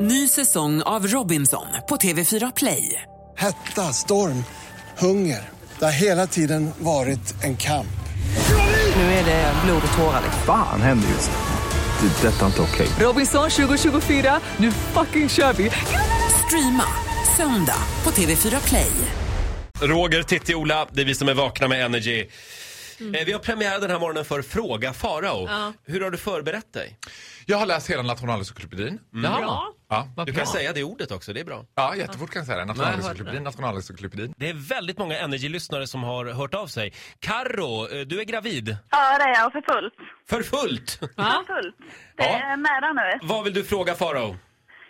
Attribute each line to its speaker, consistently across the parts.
Speaker 1: Ny säsong av Robinson på TV4 Play.
Speaker 2: Hetta, storm, hunger. Det har hela tiden varit en kamp.
Speaker 1: Nu är det blod och tårar.
Speaker 3: Fan händer just nu. Det. är Detta är inte okej.
Speaker 1: Robinson 2024, nu fucking kör vi! Streama söndag på TV4 Play.
Speaker 4: Roger, Titti, Ola, det är vi som är vakna med Energy. Eh, Vi har premiär den här morgonen för Fråga Farao. Hur har du förberett dig?
Speaker 5: Jag har läst hela Nationalencyklopedin.
Speaker 4: Mm.
Speaker 6: Bra.
Speaker 5: Ja.
Speaker 4: Du kan säga det ordet också, det är bra.
Speaker 5: ja, jättefort kan jag säga det. Nationalencyklopedin, Nationalencyklopedin.
Speaker 4: Det är väldigt många Energy-lyssnare som har hört av sig. Karro, eh, du är gravid.
Speaker 7: Ja, det är jag för fullt.
Speaker 4: För fullt!
Speaker 7: För fullt.
Speaker 4: Ja.
Speaker 7: Det är nära nu.
Speaker 4: Vad vill du fråga Farao?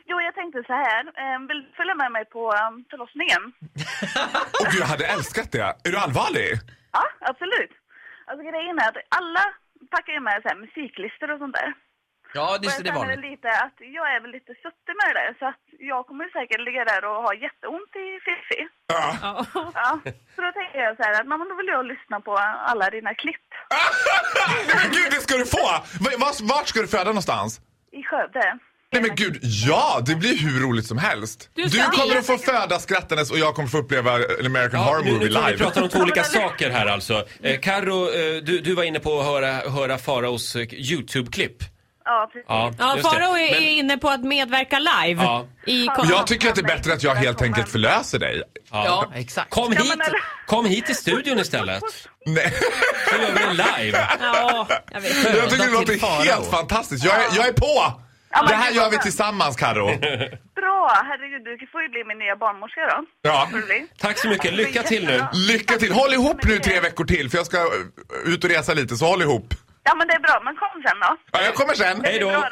Speaker 7: Jo, jag tänkte så här. eh, Vill du följa med mig på um, förlossningen?
Speaker 5: Och du hade älskat det. Är du allvarlig?
Speaker 7: Ja, absolut. Alltså grejen är att alla packar ju med så här musiklistor och sånt där.
Speaker 6: Ja,
Speaker 7: och
Speaker 6: det,
Speaker 7: jag
Speaker 6: det är
Speaker 7: känner
Speaker 6: vanligt.
Speaker 7: lite att jag är väl lite suttig med det där, så att jag kommer säkert ligga där och ha jätteont i fiffi. Ja. Så då tänker jag så här att mamma, då vill jag lyssna på alla dina klipp
Speaker 5: Nej, men gud, det ska du få! Va- Vart, vart ska du föda någonstans?
Speaker 7: i Skövde.
Speaker 5: Nej men gud, ja! Det blir hur roligt som helst. Du,
Speaker 6: Du ska
Speaker 5: kommer
Speaker 6: dit.
Speaker 5: att få föda skrattandes och jag kommer få uppleva en American Horror
Speaker 4: nu,
Speaker 5: Movie
Speaker 4: nu tror jag
Speaker 5: live.
Speaker 4: vi pratar om två olika saker här alltså. Eh, Karro, eh, du, du var inne på att höra, höra Faraos eh, YouTube-klipp.
Speaker 7: Ja, precis.
Speaker 6: Ja,
Speaker 4: just det.
Speaker 6: Farao är
Speaker 4: Men-
Speaker 6: är inne på att medverka live.
Speaker 4: Ja.
Speaker 6: I
Speaker 7: Ja.
Speaker 6: kon-
Speaker 5: Jag tycker att det är bättre att jag helt enkelt förlöser dig.
Speaker 6: ja, exakt.
Speaker 4: Kom
Speaker 7: Ja,
Speaker 4: hit,
Speaker 7: men eller-
Speaker 4: kom hit till studion istället.
Speaker 5: Nej.
Speaker 4: Så gör vi en live.
Speaker 6: Ja, jag vet.
Speaker 5: Jag tycker det
Speaker 6: Föda till
Speaker 5: låter helt
Speaker 6: Farao.
Speaker 5: fantastiskt. Jag är, jag är på!
Speaker 7: Ja, men
Speaker 5: Det här
Speaker 7: gud,
Speaker 5: gör
Speaker 7: vad
Speaker 5: vi
Speaker 7: skönt.
Speaker 5: tillsammans, Karo.
Speaker 7: Bra! Herregud, du får ju bli min nya barnmorska då.
Speaker 5: Ja.
Speaker 7: Får du bli.
Speaker 4: Tack så mycket, lycka till nu.
Speaker 5: Lycka till! Håll ihop nu i tre veckor till för jag ska eh, ut och resa lite, så håll ihop.
Speaker 7: Ja, men det är bra. Men kom sen då.
Speaker 5: Ja, jag kommer sen.
Speaker 4: Hej då.
Speaker 7: Bra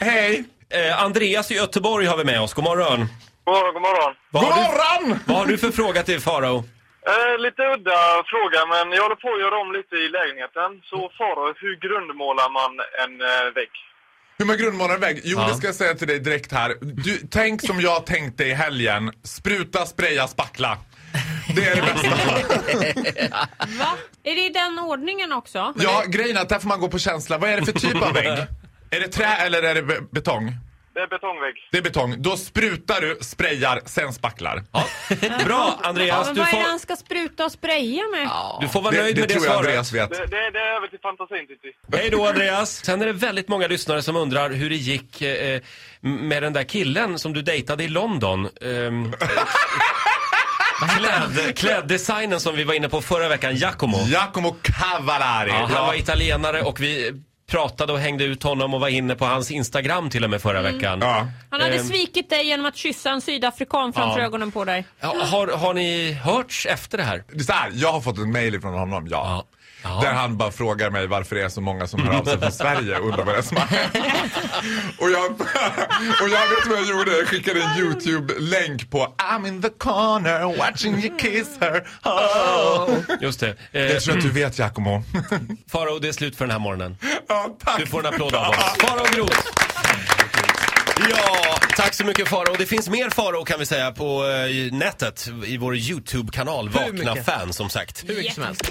Speaker 7: det.
Speaker 5: Hej!
Speaker 4: Eh, Andreas i Göteborg har vi med oss, god morgon.
Speaker 8: God morgon, god morgon.
Speaker 4: Vad
Speaker 5: God
Speaker 4: har, du,
Speaker 5: morgon!
Speaker 4: vad har du för fråga till Farao?
Speaker 8: Eh, lite udda fråga, men jag håller på att göra om lite i lägenheten. Så Farao, hur grundmålar man en eh, vägg?
Speaker 5: Hur man grundmålar en vägg? Jo,
Speaker 4: Ja.
Speaker 5: det ska jag säga till dig direkt här. Du, tänk som jag tänkte i helgen. Spruta, spraya, spackla. Det är det bästa.
Speaker 6: Va? Är det i den ordningen också?
Speaker 5: Ja, grejen är att där får man gå på känsla. Vad är det för typ av vägg? Är det trä eller är det be- betong?
Speaker 8: Det är betongvägg.
Speaker 5: Det är betong. Då sprutar du, sprayar, sen spacklar.
Speaker 4: Bra Andreas,
Speaker 6: men
Speaker 4: du
Speaker 6: vad är det han
Speaker 4: får,
Speaker 6: ska spruta och spraya med?
Speaker 4: du får vara
Speaker 5: Det,
Speaker 4: nöjd
Speaker 5: det
Speaker 4: med det
Speaker 5: tror jag
Speaker 4: svaret.
Speaker 5: Andreas vet.
Speaker 8: Det, det, det är över till fantasin, Titti.
Speaker 4: Hej då Andreas. Sen är det väldigt många lyssnare som undrar hur det gick eh, med den där killen som du dejtade i London. Ehm, kläd, kläddesignen som vi var inne på förra veckan, Giacomo.
Speaker 5: Giacomo Cavallari.
Speaker 4: Ja,
Speaker 5: Bra.
Speaker 4: han var italienare och vi pratade och hängde ut honom och var inne på hans Instagram till och med förra veckan.
Speaker 5: Ja.
Speaker 6: Han hade
Speaker 4: Ehm.
Speaker 6: svikit dig genom att kyssa en sydafrikan framför
Speaker 4: Ja.
Speaker 6: ögonen på dig.
Speaker 4: Ja, Har, har ni hörts efter det här?
Speaker 5: Det är så här, jag har fått ett mejl från honom, ja.
Speaker 4: Ja.
Speaker 5: Där han bara frågar mig varför det är så många som hör av sig från Sverige och undrar vad det är som har hänt. Och jag, och jag vet vad jag gjorde, jag skickade en YouTube-länk på I'm in the corner watching you kiss
Speaker 4: Eh,
Speaker 5: her. Oh.
Speaker 4: Just det.
Speaker 5: Jag
Speaker 4: Eh,
Speaker 5: tror att du vet Giacomo.
Speaker 4: Farao, det är slut för den här morgonen.
Speaker 5: ja, tack.
Speaker 4: Du får en applåd av oss. Farao Groth! Ja, tack så mycket Farao. Det finns mer Farao kan vi säga på eh, nätet i vår YouTube-kanal Vakna
Speaker 6: mycket?
Speaker 4: Fan som sagt.
Speaker 6: Hur mycket som helst.